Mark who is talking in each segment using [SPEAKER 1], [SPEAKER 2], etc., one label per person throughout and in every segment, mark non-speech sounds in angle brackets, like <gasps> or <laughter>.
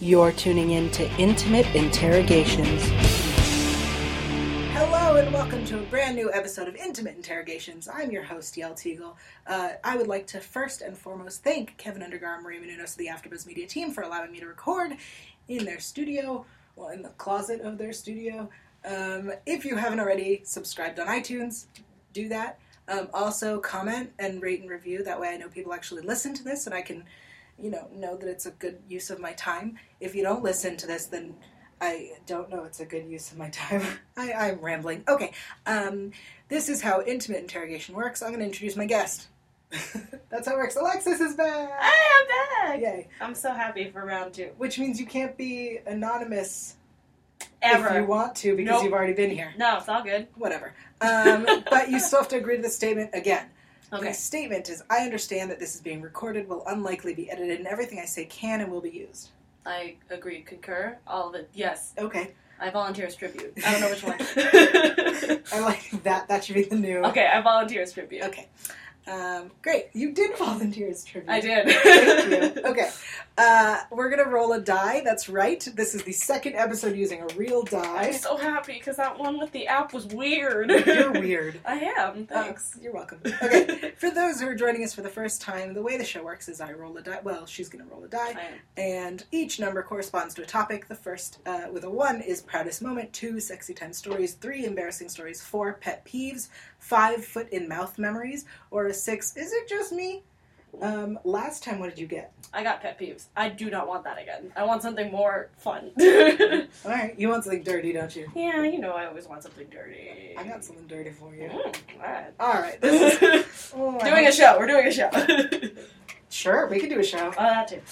[SPEAKER 1] You're tuning in to Intimate Interrogations. Hello, and welcome to a brand new episode of Intimate Interrogations. I'm your host, Yael Teagle. Uh, I would like to first and foremost thank Kevin Undergar and Maria Menounos of the AfterBuzz Media team for allowing me to record in their studio, well, in the closet of their studio. Um, if you haven't already subscribed on iTunes, do that. Um, also, comment and rate and review. That way, I know people actually listen to this, and I can you know know that it's a good use of my time. If you don't listen to this, then I don't know it's a good use of my time. <laughs> I, I'm rambling. Okay, um, this is how intimate interrogation works. I'm going to introduce my guest. <laughs> That's how it works. Alexis is back.
[SPEAKER 2] Hey, I'm back.
[SPEAKER 1] Yay!
[SPEAKER 2] I'm so happy for round two.
[SPEAKER 1] Which means you can't be anonymous if you
[SPEAKER 2] Ever.
[SPEAKER 1] want to because
[SPEAKER 2] Nope.
[SPEAKER 1] you've already been here.
[SPEAKER 2] No, it's all good.
[SPEAKER 1] Whatever. Um, <laughs> but you still have to agree to the statement again. The
[SPEAKER 2] Okay.
[SPEAKER 1] statement is: I understand that this is being recorded, will unlikely be edited, and everything I say can and will be used.
[SPEAKER 2] I agree, concur, all of it. Yes,
[SPEAKER 1] Okay.
[SPEAKER 2] I volunteer as tribute. I don't know
[SPEAKER 1] <laughs>
[SPEAKER 2] which one.
[SPEAKER 1] I like that. That should be the new.
[SPEAKER 2] okay, I volunteer as tribute.
[SPEAKER 1] Okay. Um, great. You did volunteer as tribute.
[SPEAKER 2] I did.
[SPEAKER 1] Thank
[SPEAKER 2] <laughs>
[SPEAKER 1] you. Okay. Uh, we're going to roll a die. That's right. This is the second episode using a real
[SPEAKER 2] I'm
[SPEAKER 1] die.
[SPEAKER 2] so happy because that one with the app was weird. <laughs>
[SPEAKER 1] You're weird.
[SPEAKER 2] I am. Thanks.
[SPEAKER 1] Uh, you're welcome. Okay. For those who are joining us for the first time, the way the show works is I roll a die. Well, she's going to roll a die.
[SPEAKER 2] I am.
[SPEAKER 1] and each number corresponds to a topic. The first, uh, with a one, is proudest moment. Two, sexy time stories. Three, embarrassing stories. Four, pet peeves. Five, foot in mouth memories. Or a six, is it just me? Um, last time, what did you get?
[SPEAKER 2] I got pet peeves. I do not want that again. I want something more
[SPEAKER 1] <laughs>
[SPEAKER 2] fun.
[SPEAKER 1] All right, you want something dirty, don't you?
[SPEAKER 2] yeah, you know I always want something dirty.
[SPEAKER 1] I got something dirty for you.
[SPEAKER 2] Mm, all right.
[SPEAKER 1] All right,
[SPEAKER 2] <laughs>
[SPEAKER 1] this is oh, I
[SPEAKER 2] doing a
[SPEAKER 1] hope-
[SPEAKER 2] show. We're doing a show.
[SPEAKER 1] <laughs> Sure, we could do a show.
[SPEAKER 2] Oh, that too.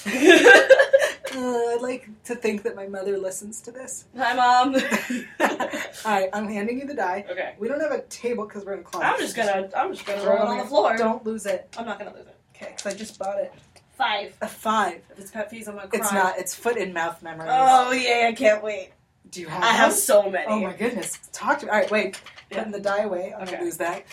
[SPEAKER 1] Uh, I'd like to think that my mother listens to this.
[SPEAKER 2] Hi, mom.
[SPEAKER 1] All right, I'm handing you the die.
[SPEAKER 2] <laughs> okay.
[SPEAKER 1] We don't have a table because we're in closet.
[SPEAKER 2] I'm just gonna. I'm just gonna
[SPEAKER 1] Throw
[SPEAKER 2] roll it on the floor.
[SPEAKER 1] Don't lose it.
[SPEAKER 2] I'm not gonna lose it.
[SPEAKER 1] Okay, because I just bought it.
[SPEAKER 2] Five.
[SPEAKER 1] A five.
[SPEAKER 2] If it's pet peeves, I'm gonna cry.
[SPEAKER 1] It's not. It's foot and mouth memories.
[SPEAKER 2] Oh yeah, I can't wait.
[SPEAKER 1] Do you have?
[SPEAKER 2] I have
[SPEAKER 1] those?
[SPEAKER 2] so many.
[SPEAKER 1] Oh my goodness. Talk to me. All right, wait.
[SPEAKER 2] Yeah.
[SPEAKER 1] Putting the die away. I'm gonna
[SPEAKER 2] Okay.
[SPEAKER 1] lose that.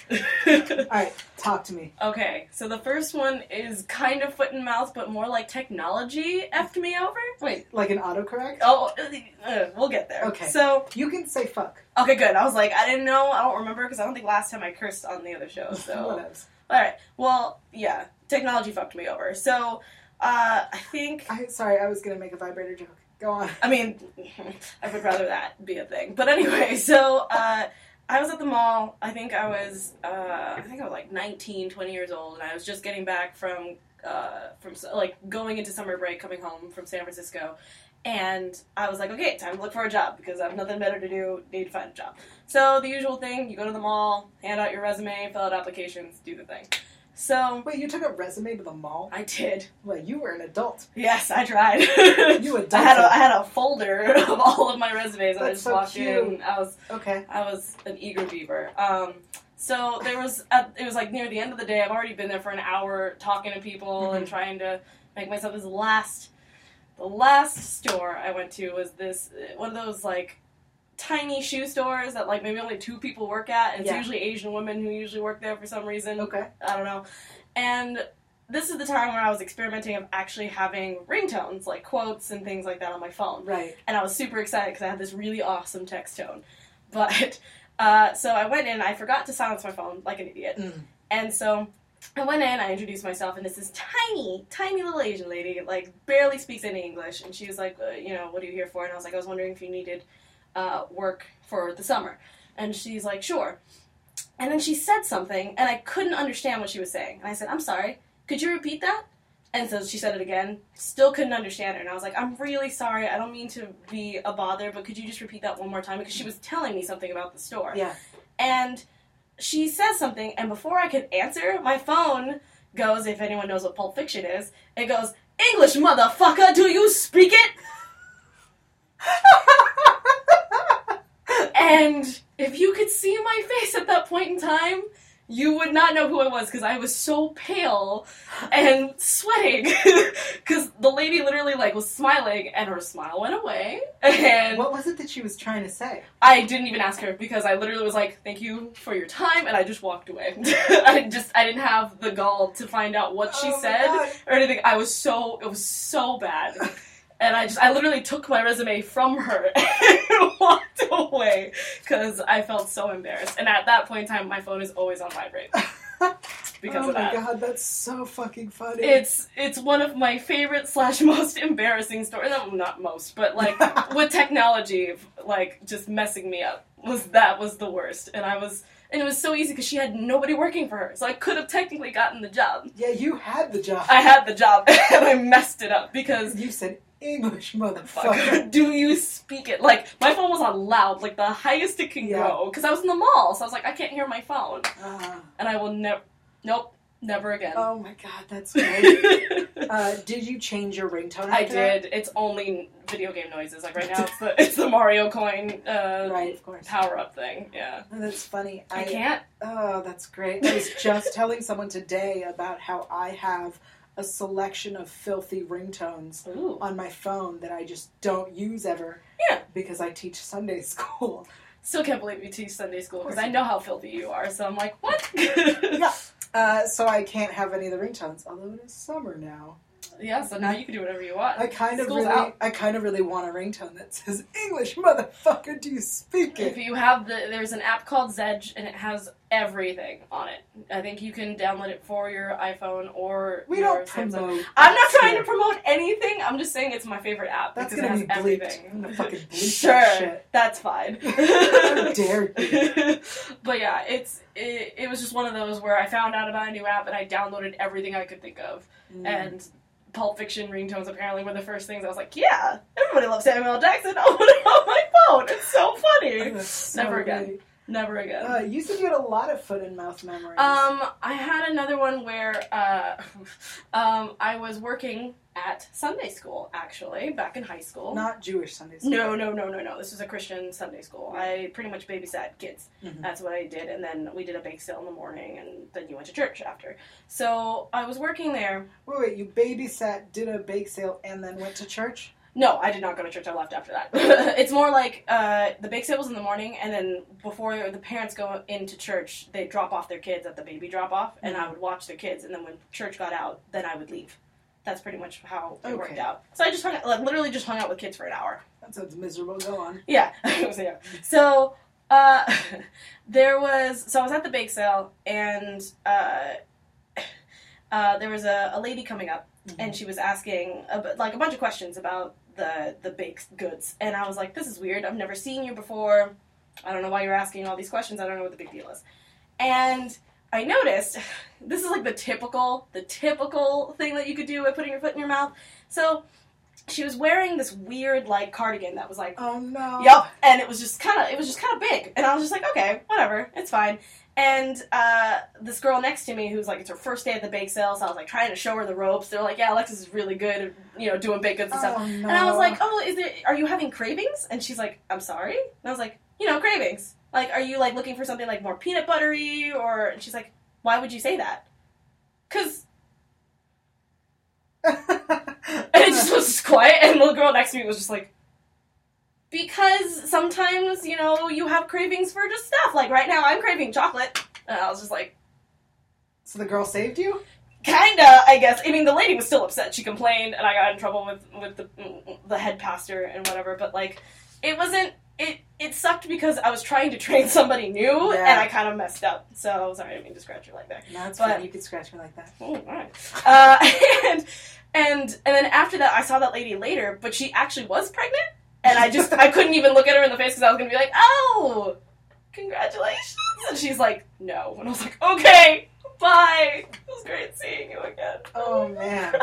[SPEAKER 1] All right, talk to me.
[SPEAKER 2] <laughs> okay, so the first one is kind of foot and mouth, but more like technology effed me over. Wait.
[SPEAKER 1] Like an autocorrect.
[SPEAKER 2] Oh, uh, we'll get there.
[SPEAKER 1] Okay.
[SPEAKER 2] So
[SPEAKER 1] You can say fuck.
[SPEAKER 2] okay, good. I was like, I didn't know. I don't remember because I don't think last time I cursed on the other show. So. <laughs>
[SPEAKER 1] Whatevs.
[SPEAKER 2] All right. Well, yeah, technology fucked me over. So, uh, I think.
[SPEAKER 1] I sorry. I was gonna make a vibrator joke. Go on.
[SPEAKER 2] I mean, <laughs> I would rather that be a thing. But anyway, <laughs> so uh, I was at the mall. I think I was, uh, I think I was like 19, 20 years old, and I was just getting back from, uh, from s- like going into summer break, coming home from San Francisco, and I was like, okay, time to look for a job because I have nothing better to do. Need to find a job. So the usual thing: you go to the mall, hand out your resume, fill out applications, do the thing. So
[SPEAKER 1] Wait, you took a resume to the mall?
[SPEAKER 2] I did.
[SPEAKER 1] Well, you were an adult.
[SPEAKER 2] Yes, I tried. <laughs>
[SPEAKER 1] You adult.
[SPEAKER 2] I had a I had a folder <laughs> of all of my resumes, and I
[SPEAKER 1] That's
[SPEAKER 2] just
[SPEAKER 1] so
[SPEAKER 2] walked
[SPEAKER 1] cute.
[SPEAKER 2] in. I was
[SPEAKER 1] okay.
[SPEAKER 2] I was an eager beaver. Um, so there was at, it was like near the end of the day. I've already been there for an hour talking to people
[SPEAKER 1] Mm-hmm.
[SPEAKER 2] and trying to make myself this last. The last store I went to was this one of those like tiny shoe stores that like maybe only two people work at. And it's
[SPEAKER 1] Yeah.
[SPEAKER 2] usually Asian women who usually work there for some reason.
[SPEAKER 1] Okay.
[SPEAKER 2] I don't know. And this is the time where I was experimenting of actually having ringtones, like quotes and things like that on my phone.
[SPEAKER 1] Right.
[SPEAKER 2] And I was super excited because I had this really awesome text tone. But, <laughs> uh, so I went in, I forgot to silence my phone like an idiot.
[SPEAKER 1] Mm.
[SPEAKER 2] And so I went in, I introduced myself, and it's this tiny, tiny little Asian lady, like barely speaks any English. And she was like, uh, you know, what are you here for? And I was like, I was wondering if you needed uh, work for the summer. And she's like, sure. And then she said something, and I couldn't understand what she was saying. And I said, I'm sorry, could you repeat that? And so she said it again. Still couldn't understand her. And I was like, I'm really sorry. I don't mean to be a bother, but could you just repeat that one more time? Because she was telling me something about the store
[SPEAKER 1] Yeah.
[SPEAKER 2] and she says something, and before I could answer, my phone goes, if anyone knows what Pulp Fiction is, it goes, English motherfucker, do you speak it? and if you could see my face at that point in time, you would not know who I was because I was so pale and sweating. <laughs> Because the lady literally like was smiling, and her smile went away. <laughs> And
[SPEAKER 1] What was it that she was trying to say?
[SPEAKER 2] I didn't even ask her because I literally was like, "Thank you for your time," and I just walked away. <laughs> I just I didn't have the gall to find out what she
[SPEAKER 1] Oh my
[SPEAKER 2] said
[SPEAKER 1] God. <laughs>
[SPEAKER 2] or anything. I was so it was so bad, And I just, I literally took my resume from her <laughs> and walked away because I felt so embarrassed. And at that point in time, my phone is always on vibrate <laughs>
[SPEAKER 1] <laughs>
[SPEAKER 2] because
[SPEAKER 1] oh
[SPEAKER 2] of
[SPEAKER 1] my
[SPEAKER 2] that.
[SPEAKER 1] god, that's so fucking funny.
[SPEAKER 2] It's it's one of my favorite slash <laughs> most embarrassing stories. No, not most, but
[SPEAKER 1] <laughs>
[SPEAKER 2] like with technology, like just messing me up was that was the worst. And I was and it was so easy because she had nobody working for her, so I could have technically gotten the job.
[SPEAKER 1] yeah, you had the job.
[SPEAKER 2] I had the job <laughs> and I messed it up because.
[SPEAKER 1] You said English, motherfucker.
[SPEAKER 2] Fuck, do you speak it? Like my phone was on loud, like the highest it can
[SPEAKER 1] Yeah.
[SPEAKER 2] go, because I was in the mall, so I was like, I can't hear my phone,
[SPEAKER 1] <laughs> Ah.
[SPEAKER 2] and I will never, nope, never again. <laughs>
[SPEAKER 1] oh my god, that's great. uh, did you change your ringtone?
[SPEAKER 2] I
[SPEAKER 1] after that?
[SPEAKER 2] did. It's only video game noises. Like right now, it's the, it's the Mario coin uh,
[SPEAKER 1] Right, of course.
[SPEAKER 2] power up thing. Yeah.
[SPEAKER 1] Oh, that's funny.
[SPEAKER 2] I, can't.
[SPEAKER 1] Oh, that's great. I was just telling someone today about how I have a selection of filthy ringtones
[SPEAKER 2] Ooh.
[SPEAKER 1] on my phone that I just don't use ever.
[SPEAKER 2] Yeah.
[SPEAKER 1] Because I teach Sunday <laughs> school.
[SPEAKER 2] Still can't believe you teach Sunday school
[SPEAKER 1] Of
[SPEAKER 2] because
[SPEAKER 1] course
[SPEAKER 2] I know how filthy you are. So I'm like, what? <laughs>
[SPEAKER 1] Uh, so I can't have any of the ringtones, although it is summer now.
[SPEAKER 2] yeah. So now you can do whatever you want.
[SPEAKER 1] I kind of
[SPEAKER 2] School's
[SPEAKER 1] really,
[SPEAKER 2] out.
[SPEAKER 1] I kind of really want a ringtone that says "English, motherfucker, do you speak
[SPEAKER 2] If
[SPEAKER 1] it?"
[SPEAKER 2] you have the, there's an app called Zedge and it has everything on it. I think you can download it for your iPhone or
[SPEAKER 1] We
[SPEAKER 2] your
[SPEAKER 1] don't
[SPEAKER 2] Samsung.
[SPEAKER 1] promote.
[SPEAKER 2] I'm not
[SPEAKER 1] that
[SPEAKER 2] trying to
[SPEAKER 1] shit.
[SPEAKER 2] promote anything. I'm just saying it's my favorite app
[SPEAKER 1] That's
[SPEAKER 2] because it
[SPEAKER 1] gonna
[SPEAKER 2] has
[SPEAKER 1] be bleeped.
[SPEAKER 2] everything.
[SPEAKER 1] I'm gonna
[SPEAKER 2] <laughs>
[SPEAKER 1] fucking bleep
[SPEAKER 2] sure,
[SPEAKER 1] that shit.
[SPEAKER 2] that's fine.
[SPEAKER 1] <laughs> How dare
[SPEAKER 2] <laughs> but yeah, it's it, it was just one of those where I found out about a new app and I downloaded everything I could think of.
[SPEAKER 1] Mm.
[SPEAKER 2] And Pulp Fiction ringtones apparently were the first things I was like, yeah, everybody loves Samuel L. Jackson. <laughs> I'll put it on my phone. It's so
[SPEAKER 1] Oh, <laughs>
[SPEAKER 2] funny.
[SPEAKER 1] that's so
[SPEAKER 2] Never again.
[SPEAKER 1] great.
[SPEAKER 2] Never again.
[SPEAKER 1] Uh, you said you had a lot of foot and mouth memories.
[SPEAKER 2] Um, I had another one where uh, <laughs> um, I was working at Sunday school actually back in high school.
[SPEAKER 1] not Jewish Sunday school.
[SPEAKER 2] no, no, no, no, no. This was a Christian Sunday school. I pretty much babysat kids.
[SPEAKER 1] Mhm.
[SPEAKER 2] That's what I did, and then we did a bake sale in the morning, and then you went to church after. So I was working there.
[SPEAKER 1] Wait, wait, you babysat, did a bake sale, and then went to church?
[SPEAKER 2] No, I did not go to church. I left after that. <laughs> it's more like uh, the bake sale was in the morning, and then before the parents go into church, they drop off their kids at the baby drop off, and I would watch their kids. And then when church got out, then I would leave. That's pretty much how it worked
[SPEAKER 1] Okay.
[SPEAKER 2] out. So I just hung, like, literally just hung out with kids for an hour.
[SPEAKER 1] That sounds miserable. Go on.
[SPEAKER 2] Yeah. <laughs> So, yeah. So uh, <laughs> there was so I was at the bake sale and uh, <laughs> uh, there was a, a lady coming up and she was asking a, bu- like a bunch of questions about the the baked goods and I was like this is weird I've never seen you before I don't know why you're asking all these questions I don't know what the big deal is and I noticed <laughs> this is like the typical the typical thing that you could do by putting your foot in your mouth so she was wearing this weird like cardigan that was like
[SPEAKER 1] Oh no.
[SPEAKER 2] Yep. And it was just kind of it was just kind of big, and I was just like, okay, whatever, it's fine. And uh, this girl next to me, who's like, it's her first day at the bake sale, so I was like trying to show her the ropes. They were like, yeah, Alexis is really good, at, you know, doing baked goods and stuff.
[SPEAKER 1] Oh no.
[SPEAKER 2] And I was like, oh, is it? Are you having cravings? And she's like, I'm sorry. And I was like, you know, cravings. Like, are you like looking for something like more peanut buttery? Or and she's like, why would you say that? Cause <laughs> and it just was just quiet. And the girl next to me was just like, because sometimes you know you have cravings for just stuff. Like right now, I'm craving chocolate, and I was just like,
[SPEAKER 1] <laughs> so the girl saved you?
[SPEAKER 2] kinda, I guess. I mean, the lady was still upset. She complained, and I got in trouble with with the the head pastor and whatever. But like, it wasn't. It it sucked because I was trying to train <laughs> somebody new,
[SPEAKER 1] Yeah.
[SPEAKER 2] and I kind of messed up. So sorry, I didn't mean to scratch your leg there.
[SPEAKER 1] No, it's
[SPEAKER 2] But-
[SPEAKER 1] fine. You could scratch me like that.
[SPEAKER 2] Oh, alright. Uh, <laughs> and and and then after that, I saw that lady later, but she actually was pregnant, and I just I couldn't even look at her in the face because I was gonna be like, "Oh, congratulations!" And she's like, "No," and I was like, "Okay, bye. It was great seeing you again." <laughs>
[SPEAKER 1] Oh, man.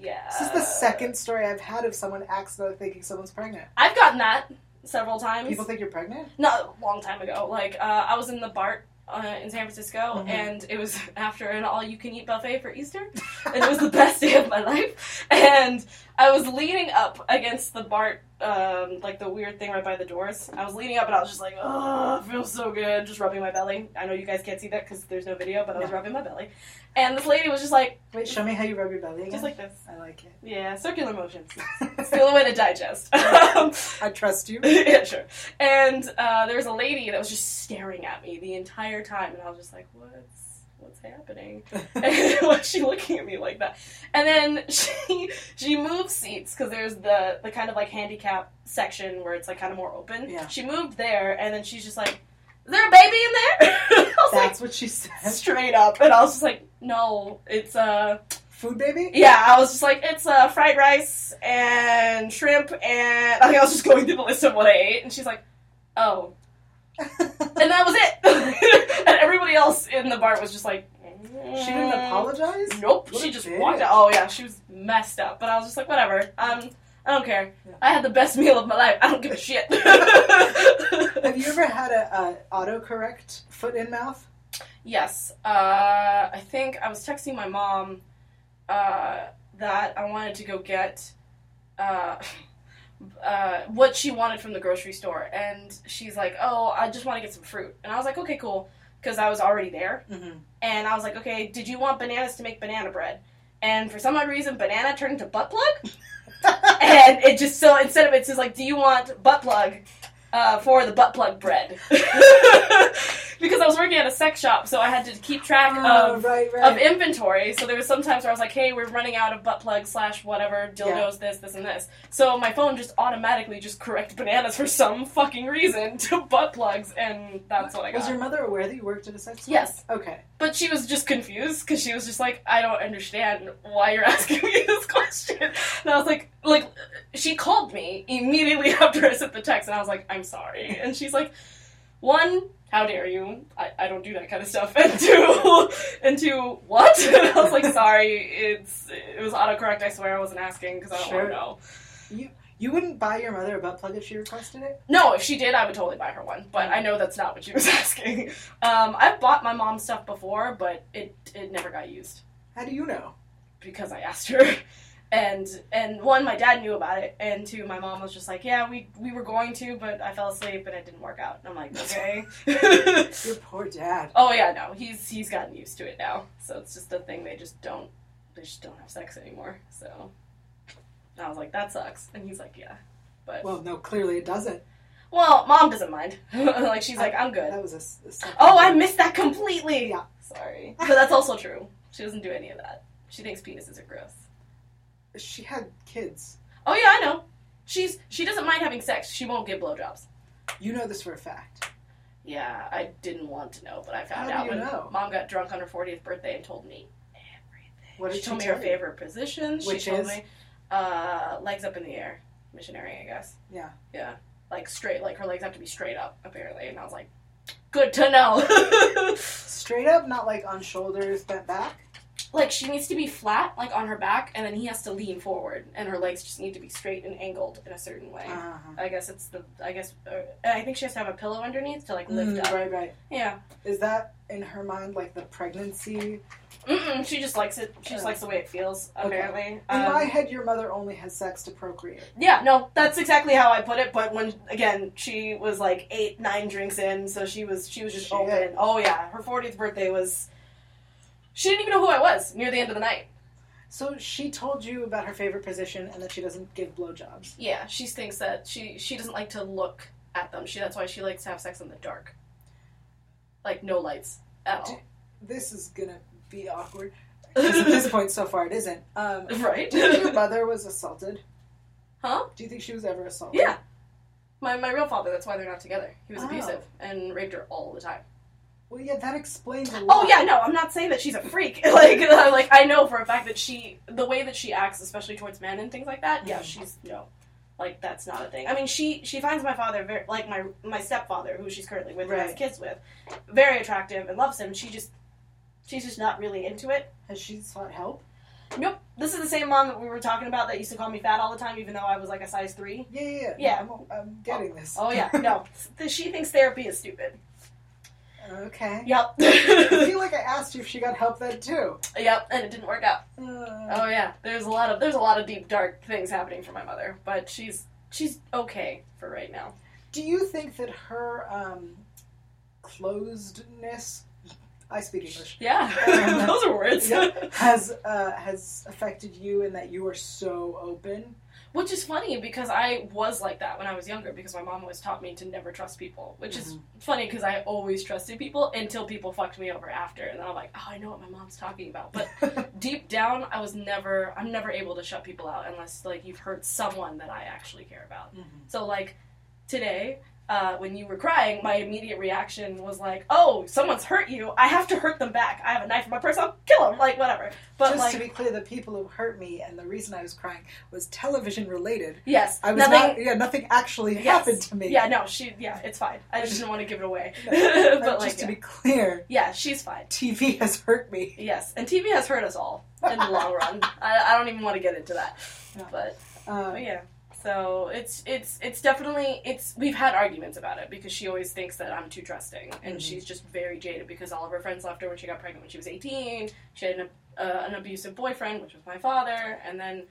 [SPEAKER 2] yeah.
[SPEAKER 1] This is the second story I've had of someone accidentally thinking someone's pregnant.
[SPEAKER 2] I've gotten that several times.
[SPEAKER 1] People think you're pregnant?
[SPEAKER 2] not a long time ago. Like uh, I was in the BART uh, in San Francisco,
[SPEAKER 1] Mhm.
[SPEAKER 2] and it was <laughs> after an all-you-can-eat buffet for Easter, and it was the best day of my life. And I was leaning up against the BART, um, like the weird thing right by the doors. I was leaning up, and I was just like, "Oh, it feels so good," just rubbing my belly. I know you guys can't see that because there's no video, but I was
[SPEAKER 1] No.
[SPEAKER 2] rubbing my belly, and this lady was just like,
[SPEAKER 1] <laughs> Wait, show me how you rub your belly again.
[SPEAKER 2] just like this,
[SPEAKER 1] I like it.
[SPEAKER 2] yeah, circular motions. It's the
[SPEAKER 1] I
[SPEAKER 2] only way to digest. <laughs> Um,
[SPEAKER 1] trust
[SPEAKER 2] <laughs>
[SPEAKER 1] you.
[SPEAKER 2] yeah, sure. And uh, there was a lady that was just staring at me the entire time, and I was just like, "What's what's what's happening? and <laughs> why is she looking at me like that? And then she she moves seats because there's the the kind of like handicap section where it's like kind of more open.
[SPEAKER 1] Yeah.
[SPEAKER 2] She moved there, and then she's just like, "Is there a baby in there?" <laughs> I was
[SPEAKER 1] That's what she
[SPEAKER 2] like,
[SPEAKER 1] said.
[SPEAKER 2] straight up, and I was just like, "No, it's uh
[SPEAKER 1] Food baby?
[SPEAKER 2] yeah." I was just like, "It's uh fried rice and shrimp," and <laughs> like, I was just going through the list of what I ate, and she's like, "Oh." and that was it. <laughs> and everybody else in the bar was just like,
[SPEAKER 1] <laughs>
[SPEAKER 2] "Mm."
[SPEAKER 1] she didn't apologize?
[SPEAKER 2] Nope.
[SPEAKER 1] What
[SPEAKER 2] she
[SPEAKER 1] a
[SPEAKER 2] just
[SPEAKER 1] bitch.
[SPEAKER 2] walked out. Oh yeah, she was messed up. But I was just like, whatever. Um, I don't care.
[SPEAKER 1] Yeah.
[SPEAKER 2] I had the best meal of my life. I don't give
[SPEAKER 1] <laughs>
[SPEAKER 2] a shit. <laughs>
[SPEAKER 1] Have you ever had a, a autocorrect foot in mouth?
[SPEAKER 2] yes. Uh, I think I was texting my mom uh, that I wanted to go get. Uh, <laughs> uh, what she wanted from the grocery store, and she's like, "Oh, I just want to get some fruit," and I was like, "Okay, cool," because I was already there.
[SPEAKER 1] <laughs> Mm-hmm.
[SPEAKER 2] and I was like, okay, did you want bananas to make banana bread? And for some odd reason, banana turned into butt plug, and it just so instead of it says like, do you want butt plug uh, for the butt plug
[SPEAKER 1] <laughs>
[SPEAKER 2] bread? because I was working at a sex shop, so I had to keep track of
[SPEAKER 1] right, Oh, right.
[SPEAKER 2] of inventory. So there was some times where I was like, hey, we're running out of butt plug slash whatever dildos, this, this, and this. So my phone just automatically just correct bananas for some fucking reason <laughs> to butt plugs, and that's what I got.
[SPEAKER 1] Was your mother aware that you worked at a sex
[SPEAKER 2] yes.
[SPEAKER 1] club? Okay.
[SPEAKER 2] But she was just confused because she was just like, I don't understand why you're <laughs> asking me this question. And I was like, like, she called me immediately <laughs> after I sent the text, and I was like, I'm sorry. And she's like, one, how dare you? I, I don't do that kind of stuff. <laughs> And two, and two, what? <laughs> And I was like, sorry, it's it was autocorrect. I swear I wasn't asking because I don't
[SPEAKER 1] Sure.
[SPEAKER 2] want to know.
[SPEAKER 1] You wouldn't buy your mother a butt plug if she requested it?
[SPEAKER 2] No, if she did, I would totally buy her one. But I know that's not what she was <laughs> asking. Um, I've bought my mom stuff before, but it it never got used.
[SPEAKER 1] How do you know?
[SPEAKER 2] because I asked her. <laughs> And and one, my dad knew about it, and two, my mom was just like, yeah, we we were going to, but I fell asleep and it didn't work out. And I'm like, okay.
[SPEAKER 1] <laughs> Your poor dad.
[SPEAKER 2] oh yeah, no, he's he's gotten used to it now, so it's just a thing. They just don't they just don't have sex anymore. So and I was like, that sucks, and he's like, yeah, but well,
[SPEAKER 1] Well, no, clearly it doesn't.
[SPEAKER 2] mom doesn't mind. <laughs> like she's like, I'm good.
[SPEAKER 1] That was a s- a. sex-
[SPEAKER 2] Oh, I missed that completely.
[SPEAKER 1] Yeah.
[SPEAKER 2] Sorry, but that's also true. She doesn't do any of that. She thinks penises are gross.
[SPEAKER 1] She had kids.
[SPEAKER 2] Oh yeah, I know. She's she doesn't mind having sex. She won't give blowjobs.
[SPEAKER 1] You know this for a fact.
[SPEAKER 2] Yeah, I didn't want to know, but I found
[SPEAKER 1] How
[SPEAKER 2] out
[SPEAKER 1] do you
[SPEAKER 2] when
[SPEAKER 1] know?
[SPEAKER 2] mom got drunk on her 40th birthday and told me everything.
[SPEAKER 1] What
[SPEAKER 2] she
[SPEAKER 1] did she
[SPEAKER 2] told me
[SPEAKER 1] tell
[SPEAKER 2] her
[SPEAKER 1] you?
[SPEAKER 2] favorite position.
[SPEAKER 1] Which
[SPEAKER 2] she told
[SPEAKER 1] is?
[SPEAKER 2] me uh, legs up in the air, missionary, I guess.
[SPEAKER 1] Yeah.
[SPEAKER 2] Yeah, like straight. Like her legs have to be straight up apparently, and I was like, good to know. <laughs>
[SPEAKER 1] Straight up, not like on shoulders, bent back.
[SPEAKER 2] like she needs to be flat, like on her back, and then he has to lean forward, and her legs just need to be straight and angled in a certain way.
[SPEAKER 1] Uh-huh.
[SPEAKER 2] I guess it's the. I guess uh, I think she has to have a pillow underneath to like lift
[SPEAKER 1] Mm,
[SPEAKER 2] up.
[SPEAKER 1] Right, right.
[SPEAKER 2] Yeah.
[SPEAKER 1] Is that in her mind like the pregnancy?
[SPEAKER 2] Mm-mm, Mm-hmm. she just likes it. She just
[SPEAKER 1] Oh.
[SPEAKER 2] likes the way it feels.
[SPEAKER 1] Okay.
[SPEAKER 2] Apparently.
[SPEAKER 1] In
[SPEAKER 2] Um,
[SPEAKER 1] my head, your mother only has sex to procreate.
[SPEAKER 2] yeah. No, that's exactly how I put it. But when again, she was like eight, nine drinks in, so she was she was just
[SPEAKER 1] Shit.
[SPEAKER 2] open. Oh yeah, her fortieth birthday was. She didn't even know who I was near the end of the night.
[SPEAKER 1] So she told you about her favorite position and that she doesn't give blowjobs.
[SPEAKER 2] Yeah, she thinks that she she doesn't like to look at them. She that's why she likes to have sex in the dark. Like no lights at all.
[SPEAKER 1] This is gonna be awkward. 'Cause at this point, so far, it isn't. Um,
[SPEAKER 2] <laughs> right.
[SPEAKER 1] do you think your mother was assaulted?
[SPEAKER 2] <laughs> Huh?
[SPEAKER 1] Do you think she was ever assaulted?
[SPEAKER 2] Yeah. My, my real father, that's why they're not together. He was
[SPEAKER 1] Oh.
[SPEAKER 2] abusive and raped her all the time.
[SPEAKER 1] Well, yeah, that explains a lot.
[SPEAKER 2] Oh yeah, no, I'm not saying that she's a freak. <laughs> like uh, like I know for a fact that she the way that she acts, especially towards men and things like that. Yeah,
[SPEAKER 1] Mhm.
[SPEAKER 2] she's no. Like that's not a thing. I mean, she she finds my father very like my my stepfather, who she's currently with, and has
[SPEAKER 1] Right.
[SPEAKER 2] kids with, very attractive and loves him. She just she's just not really into it.
[SPEAKER 1] Has she sought help?
[SPEAKER 2] Nope. This is the same mom that we were talking about that used to call me fat all the time, even though I was like a size three.
[SPEAKER 1] Yeah, yeah, yeah.
[SPEAKER 2] Yeah.
[SPEAKER 1] I'm, I'm getting this.
[SPEAKER 2] Oh yeah, <laughs> no. Th- she thinks therapy is stupid.
[SPEAKER 1] okay.
[SPEAKER 2] <laughs>
[SPEAKER 1] I
[SPEAKER 2] Yep.
[SPEAKER 1] feel like I asked you if she got help then too.
[SPEAKER 2] yep, and it didn't work out.
[SPEAKER 1] Uh,
[SPEAKER 2] Oh yeah, there's a lot of there's a lot of deep dark things happening for my mother, but she's she's okay for right now.
[SPEAKER 1] Do you think that her um, closedness? I speak English.
[SPEAKER 2] <laughs> Yeah, <laughs> those are words.
[SPEAKER 1] Yeah. Has uh, has affected you in that you are so open.
[SPEAKER 2] Which is funny because I was like that when I was younger because my mom always taught me to never trust people, which is
[SPEAKER 1] Mm-hmm.
[SPEAKER 2] funny because I always trusted people until people fucked me over after, and then I'm like, oh, I know what my mom's talking about.
[SPEAKER 1] <laughs>
[SPEAKER 2] But deep down, I was never, I'm never able to shut people out unless like you've hurt someone that I actually care about.
[SPEAKER 1] Mhm.
[SPEAKER 2] So like today, uh, when you were crying, my immediate reaction was like, "Oh, someone's hurt you. I have to hurt them back. I have a knife in my purse. I'll kill them. Like whatever." But
[SPEAKER 1] Just
[SPEAKER 2] like,
[SPEAKER 1] to be clear, the people who hurt me and the reason I was crying was television related.
[SPEAKER 2] yes,
[SPEAKER 1] I was
[SPEAKER 2] nothing.
[SPEAKER 1] not. Yeah, nothing actually
[SPEAKER 2] Yes.
[SPEAKER 1] happened to me.
[SPEAKER 2] Yeah, no, she. Yeah, it's fine. I just didn't want to give
[SPEAKER 1] <laughs>
[SPEAKER 2] it away.
[SPEAKER 1] No,
[SPEAKER 2] <laughs> but like,
[SPEAKER 1] just to
[SPEAKER 2] yeah.
[SPEAKER 1] be clear,
[SPEAKER 2] yeah, she's fine.
[SPEAKER 1] TV <laughs> has hurt me.
[SPEAKER 2] Yes, and TV has hurt us all in the
[SPEAKER 1] <laughs>
[SPEAKER 2] long run. I, I don't even want to get into that.
[SPEAKER 1] Yeah.
[SPEAKER 2] But
[SPEAKER 1] Um,
[SPEAKER 2] But Oh, yeah. So it's it's it's definitely it's we've had arguments about it because she always thinks that I'm too trusting and
[SPEAKER 1] Mhm.
[SPEAKER 2] she's just very jaded because all of her friends left her when she got pregnant when she was 18. She had an, ab- uh, an abusive boyfriend, which was my father, and then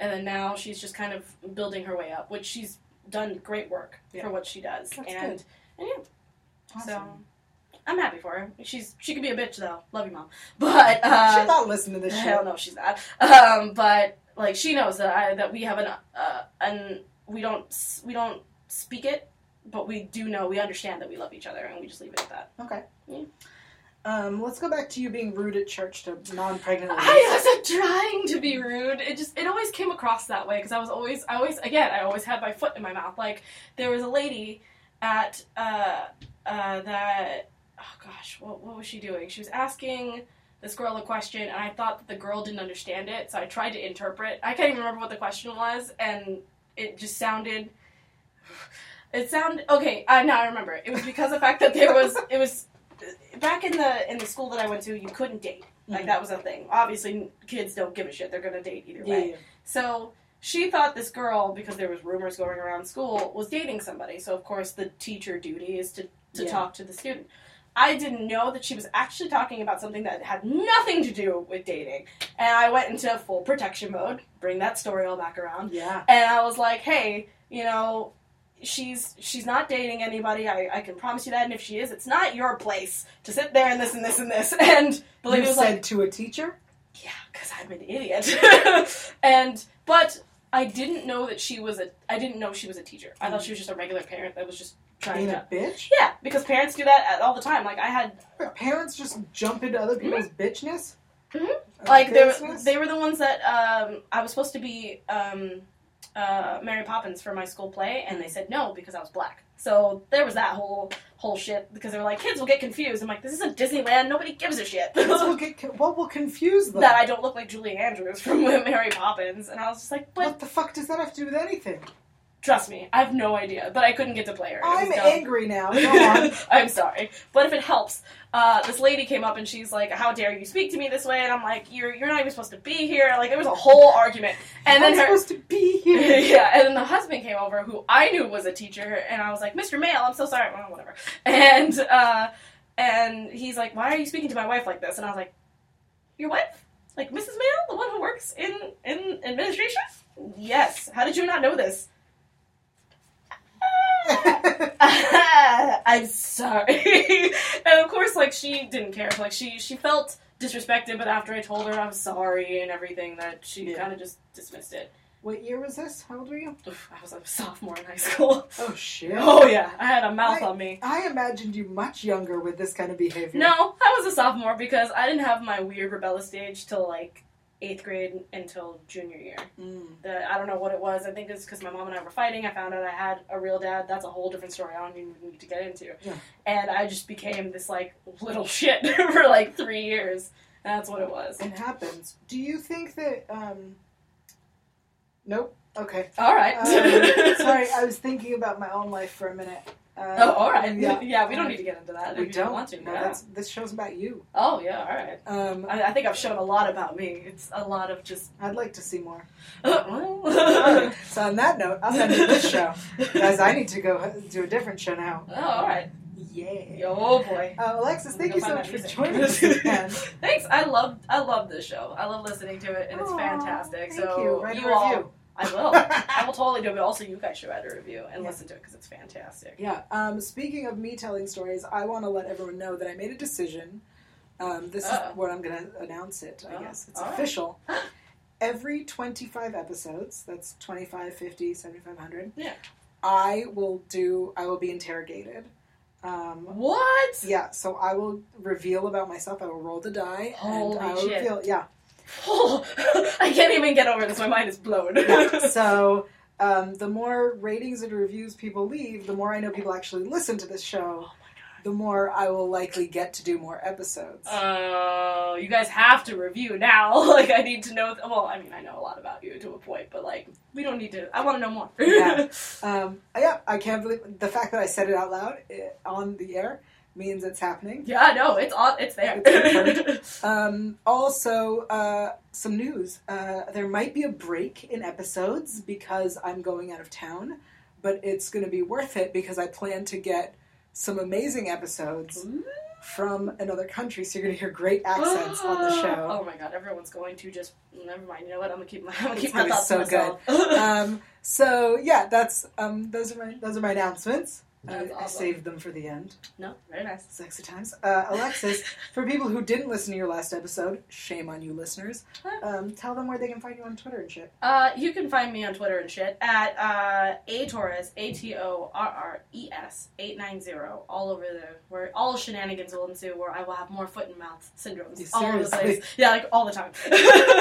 [SPEAKER 2] and then now she's just kind of building her way up, which she's done great work
[SPEAKER 1] Yeah.
[SPEAKER 2] for what she does.
[SPEAKER 1] That's
[SPEAKER 2] and and yeah,
[SPEAKER 1] Awesome.
[SPEAKER 2] so I'm happy for her. She's she could be a bitch though. Love you, mom. But uh,
[SPEAKER 1] She's not listening to this
[SPEAKER 2] Hell
[SPEAKER 1] shit.
[SPEAKER 2] no, she's not. Um, but like she knows that I that we have an uh, an we don't s- we don't speak it, but we do know we understand that we love each other, and we just leave it at that.
[SPEAKER 1] Okay.
[SPEAKER 2] Yeah.
[SPEAKER 1] Um, let's go back to you being rude at church to non-pregnant ladies.
[SPEAKER 2] I wasn't trying to be rude. It just it always came across that way because I was always I always again I always had my foot in my mouth. Like there was a lady at uh uh that oh gosh what what was she doing? She was asking this girl a question and I thought that the girl didn't understand it, so I tried to interpret. I can't even remember what the question was, and it just sounded. It sounded okay. I now I remember. It was because of the fact that there was it was back in the in the school that I went to, you couldn't date. Like
[SPEAKER 1] Mhm.
[SPEAKER 2] that was a thing. Obviously, kids don't give a shit. They're gonna date either
[SPEAKER 1] Yeah,
[SPEAKER 2] way.
[SPEAKER 1] yeah.
[SPEAKER 2] So she thought this girl, because there was rumors going around school, was dating somebody. So of course, the teacher duty is to to
[SPEAKER 1] Yeah.
[SPEAKER 2] talk to the student. I didn't know that she was actually talking about something that had nothing to do with dating, and I went into full protection mode. Bring that story all back around
[SPEAKER 1] Yeah.
[SPEAKER 2] and I was like, hey, you know, she's she's not dating anybody. I, I can promise you that. And if she is, it's not your place to sit there and this and this and this. <laughs> And the lady
[SPEAKER 1] you
[SPEAKER 2] was
[SPEAKER 1] said
[SPEAKER 2] like,
[SPEAKER 1] to a teacher.
[SPEAKER 2] yeah, because I'm an idiot. <laughs> and but I didn't know that she was a I didn't know she was a teacher. I thought she was just a regular parent that was just trying
[SPEAKER 1] Being
[SPEAKER 2] to.
[SPEAKER 1] a bitch.
[SPEAKER 2] Yeah, because parents do that at- all the time. Like I had
[SPEAKER 1] Parents just jump into other people's bitchness.
[SPEAKER 2] Mhm.
[SPEAKER 1] Other
[SPEAKER 2] Mm-hmm. like they were,
[SPEAKER 1] bitchness?
[SPEAKER 2] they were the ones that um, I was supposed to be um, uh, Mary Poppins for my school play, and they said no because I was black. So there was that whole whole shit because they were like kids will get confused. I'm like this isn't Disneyland. Nobody gives a shit <laughs>
[SPEAKER 1] Kids will
[SPEAKER 2] that
[SPEAKER 1] get co- what will confuse them.
[SPEAKER 2] I don't look like Julie Andrews from <laughs> Mary Poppins. And I was just like, but
[SPEAKER 1] what the fuck does that have to do with anything?
[SPEAKER 2] trust me, I have no idea. But I couldn't get to play her. It was
[SPEAKER 1] I'm
[SPEAKER 2] dumb. <laughs>
[SPEAKER 1] angry now. Go on.
[SPEAKER 2] I'm sorry, but if it helps, uh, this lady came up and she's like, "How dare you speak to me this way?" And I'm like, "You're you're not even supposed to be here." Like there was a whole argument, and
[SPEAKER 1] I'm
[SPEAKER 2] then her.
[SPEAKER 1] supposed to be <laughs> here.
[SPEAKER 2] <laughs> yeah, and then the husband came over, who I knew was a teacher, and I was like, "Mr. Mail, I'm so sorry." Well, whatever, <laughs> and uh, and he's like, "Why are you speaking to my wife like this?" And I was like, "Your wife, like Mrs. Mail, the one who works in in administration?" Yes. How did you not know this? <laughs> I'm sorry. <laughs> and of course, like she didn't care. Like she she felt disrespected, but after I told her I'm sorry and everything, that she
[SPEAKER 1] Yeah.
[SPEAKER 2] kind of just dismissed it.
[SPEAKER 1] <laughs> what year was this? How old were you?
[SPEAKER 2] Oof, I was a sophomore in high school. <laughs>
[SPEAKER 1] Oh shit.
[SPEAKER 2] Oh yeah, I had a mouth
[SPEAKER 1] I-
[SPEAKER 2] on me.
[SPEAKER 1] I imagined you much younger with this kind of behavior.
[SPEAKER 2] No, I was a sophomore because I didn't have my weird rebellious stage till like eighth grade until junior year.
[SPEAKER 1] Mm.
[SPEAKER 2] The, I don't know what it was. I think it's because my mom and I were fighting. I found out I had a real dad. That's a whole different story. I don't even need to get into.
[SPEAKER 1] Yeah.
[SPEAKER 2] And I just became this like little <laughs> shit for like three years. And that's what it was.
[SPEAKER 1] It happens. Do you think that? um... Nope. Okay.
[SPEAKER 2] <laughs> All right.
[SPEAKER 1] Um, sorry, I was thinking about my own life for a minute. Uh,
[SPEAKER 2] <laughs> oh, all right. <laughs> Yeah.
[SPEAKER 1] Yeah,
[SPEAKER 2] we don't need to get into that. if
[SPEAKER 1] we
[SPEAKER 2] you
[SPEAKER 1] don't.
[SPEAKER 2] want to.
[SPEAKER 1] no,
[SPEAKER 2] yeah.
[SPEAKER 1] that's this show's about you.
[SPEAKER 2] Oh yeah. All right.
[SPEAKER 1] Um,
[SPEAKER 2] I, I think I've shown a lot about me. It's a lot of just. <laughs>
[SPEAKER 1] I'd like to see more.
[SPEAKER 2] well.
[SPEAKER 1] So on that note, I'll end this show, guys. I need to go do a different show now.
[SPEAKER 2] Oh, all right.
[SPEAKER 1] Yeah.
[SPEAKER 2] Oh boy.
[SPEAKER 1] Uh, Alexis, thank
[SPEAKER 2] Go
[SPEAKER 1] you so
[SPEAKER 2] find
[SPEAKER 1] much
[SPEAKER 2] that
[SPEAKER 1] for
[SPEAKER 2] music.
[SPEAKER 1] joining
[SPEAKER 2] <laughs>
[SPEAKER 1] us again.
[SPEAKER 2] Thanks. I love I love this show. I love listening to it, and it's
[SPEAKER 1] Aw,
[SPEAKER 2] fantastic.
[SPEAKER 1] Thank
[SPEAKER 2] so
[SPEAKER 1] you. Write a
[SPEAKER 2] all,
[SPEAKER 1] review.
[SPEAKER 2] I
[SPEAKER 1] <laughs>
[SPEAKER 2] will. I will totally do it. But also, you guys should write a review and
[SPEAKER 1] Yeah.
[SPEAKER 2] listen to it because it's fantastic.
[SPEAKER 1] Yeah. Um, speaking of me telling stories, I want to let everyone know that I made a decision. Um, this
[SPEAKER 2] Uh-oh.
[SPEAKER 1] is what I'm going to announce it. I
[SPEAKER 2] Oh,
[SPEAKER 1] guess it's
[SPEAKER 2] <laughs> all right.
[SPEAKER 1] official. every 25 episodes, that's 25, 50, 7500.
[SPEAKER 2] Yeah.
[SPEAKER 1] I will do, I will be interrogated. Um,
[SPEAKER 2] What?
[SPEAKER 1] yeah, so I will reveal about myself. I will roll the die,
[SPEAKER 2] Holy
[SPEAKER 1] and I will
[SPEAKER 2] shit.
[SPEAKER 1] reveal. Yeah,
[SPEAKER 2] <laughs> Oh, <laughs> I can't even get over this. My mind is blown. <laughs>
[SPEAKER 1] Yeah, so um, the more ratings and reviews people leave, the more I know people actually listen to this show. The more I will likely get to do more episodes.
[SPEAKER 2] Oh, you guys have to review now. <laughs> Like, I need to know. Th- well, I mean, I know a lot about you to a point, but like, we don't need to. I want to know more. <laughs>
[SPEAKER 1] Yeah. Um, yeah, I can't believe the fact that I said it out loud eh, on the air means it's happening.
[SPEAKER 2] Yeah, no, it's on. It's there.
[SPEAKER 1] It's
[SPEAKER 2] <laughs>
[SPEAKER 1] Um, also, uh, some news. Uh, there might be a break in episodes because I'm going out of town, but it's going to be worth it because I plan to get some amazing episodes from another country, so you're gonna hear
[SPEAKER 2] <gasps>
[SPEAKER 1] great accents on the show.
[SPEAKER 2] Oh my god, everyone's going to just. Never mind. You know what? I'm gonna keep my. I'm gonna
[SPEAKER 1] It's
[SPEAKER 2] keep
[SPEAKER 1] gonna
[SPEAKER 2] my
[SPEAKER 1] be
[SPEAKER 2] thoughts
[SPEAKER 1] so
[SPEAKER 2] to myself.
[SPEAKER 1] <laughs> Um, so yeah, that's um, those are my those are my announcements.
[SPEAKER 2] That's
[SPEAKER 1] I, I
[SPEAKER 2] awesome.
[SPEAKER 1] saved them for the end.
[SPEAKER 2] no, very nice.
[SPEAKER 1] Sexy times, uh,
[SPEAKER 2] <laughs>
[SPEAKER 1] Alexis. for people who didn't listen to your last episode, shame on you, listeners. Um, tell them where they can find you on Twitter and
[SPEAKER 2] <laughs>
[SPEAKER 1] shit.
[SPEAKER 2] Uh, you can find me on Twitter and shit at uh, a Torres a t o r r e s eight nine zero all over the where all shenanigans will ensue where I will have more foot and mouth syndromes
[SPEAKER 1] You
[SPEAKER 2] all over the
[SPEAKER 1] seriously?
[SPEAKER 2] place yeah like all the time <laughs>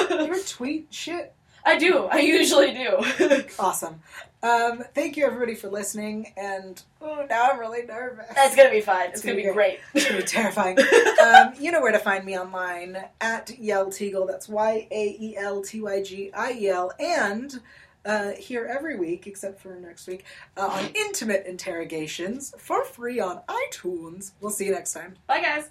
[SPEAKER 1] Your tweet shit.
[SPEAKER 2] I do I usually do <laughs>
[SPEAKER 1] Awesome. Um, thank you everybody for listening. And oh, now I'm really nervous.
[SPEAKER 2] that's gonna be fun it's,
[SPEAKER 1] It's
[SPEAKER 2] gonna,
[SPEAKER 1] gonna
[SPEAKER 2] be great
[SPEAKER 1] It's gonna be terrifying. um, you know where to find me online at Yell Teagle. That's Y A E L T Y G I E L, and uh, here every week except for next week uh, on Intimate Interrogations for free on iTunes. We'll see you next time.
[SPEAKER 2] bye guys.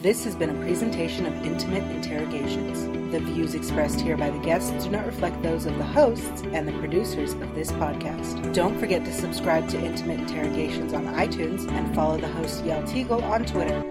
[SPEAKER 3] This has been a presentation of Intimate Interrogations. The views expressed here by the guests do not reflect those of the hosts and the producers of this podcast. Don't forget to subscribe to Intimate Interrogations on iTunes and follow the host Yael Teagle on Twitter